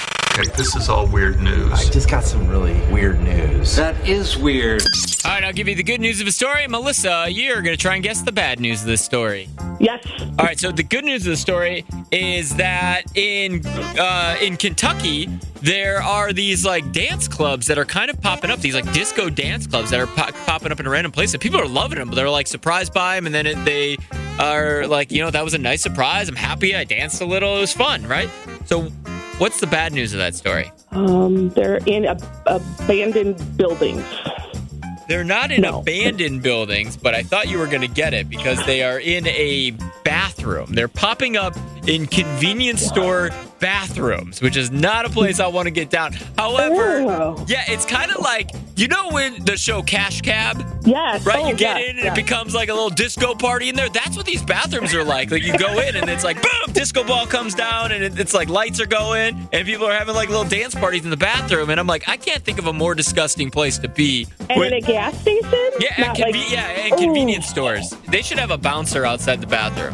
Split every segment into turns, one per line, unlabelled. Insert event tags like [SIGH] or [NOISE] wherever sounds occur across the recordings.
Okay, this is all weird
I
news.
just got some really weird news.
That is weird.
All right, I'll give you the good news of the story. Melissa, you're going to try and guess the bad news of this story.
Yes.
All right, so the good news of the story is that in uh, in Kentucky there are these like dance clubs that are kind of popping up. These like disco dance clubs that are pop- popping up in random places. People are loving them, but they're like surprised by them, and then it, they are like, you know, that was a nice surprise. I'm happy. I danced a little. It was fun, right? So, what's the bad news of that story?
Um, they're in ab- abandoned buildings.
They're not in
No.
abandoned buildings, but I thought you were going to get it because they are in a bathroom. They're popping up in convenience store bathrooms, which is not a place I want to get down. However,
Oh.
yeah, it's kind of like you know when the show Cash Cab,
Yes.
right?
Oh,
you get
yes,
in and
yes.
it becomes like a little disco party in there. That's what these bathrooms are like. Like you go in and it's like boom, disco ball comes down and it, it's like lights are going and people are having like little dance parties in the bathroom. And I'm like, I can't think of a more disgusting place to be.
and
When-
in a gas station?
yeah,
Not
at conve-
like-
yeah, at convenience stores. They should have a bouncer outside the
[LAUGHS]
bathroom.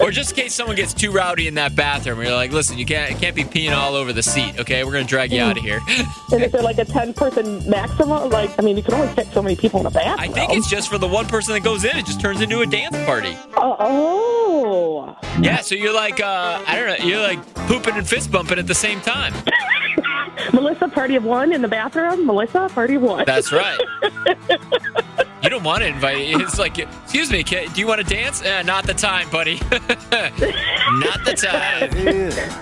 or just in case someone gets too rowdy in that bathroom, where you're like, listen, you can't, you can't be peeing all over the seat, okay? We're going to drag
Hmm.
you out of here. [LAUGHS]
And if they're like a 10 person maximum, like, I mean, you can only fit so many people in a bathroom.
I think it's just for the one person that goes in, it just turns into a dance party.
Oh, oh.
Yeah, so you're like, uh, I don't know, you're like pooping and fist bumping at the same time.
Melissa, party of one in the bathroom. Melissa, party of one.
That's
[LAUGHS]
right. You don't want to invite. It's like, excuse me, [LAUGHS] kid, do you want to dance? Eh, not the time, buddy. not the time.
Ew.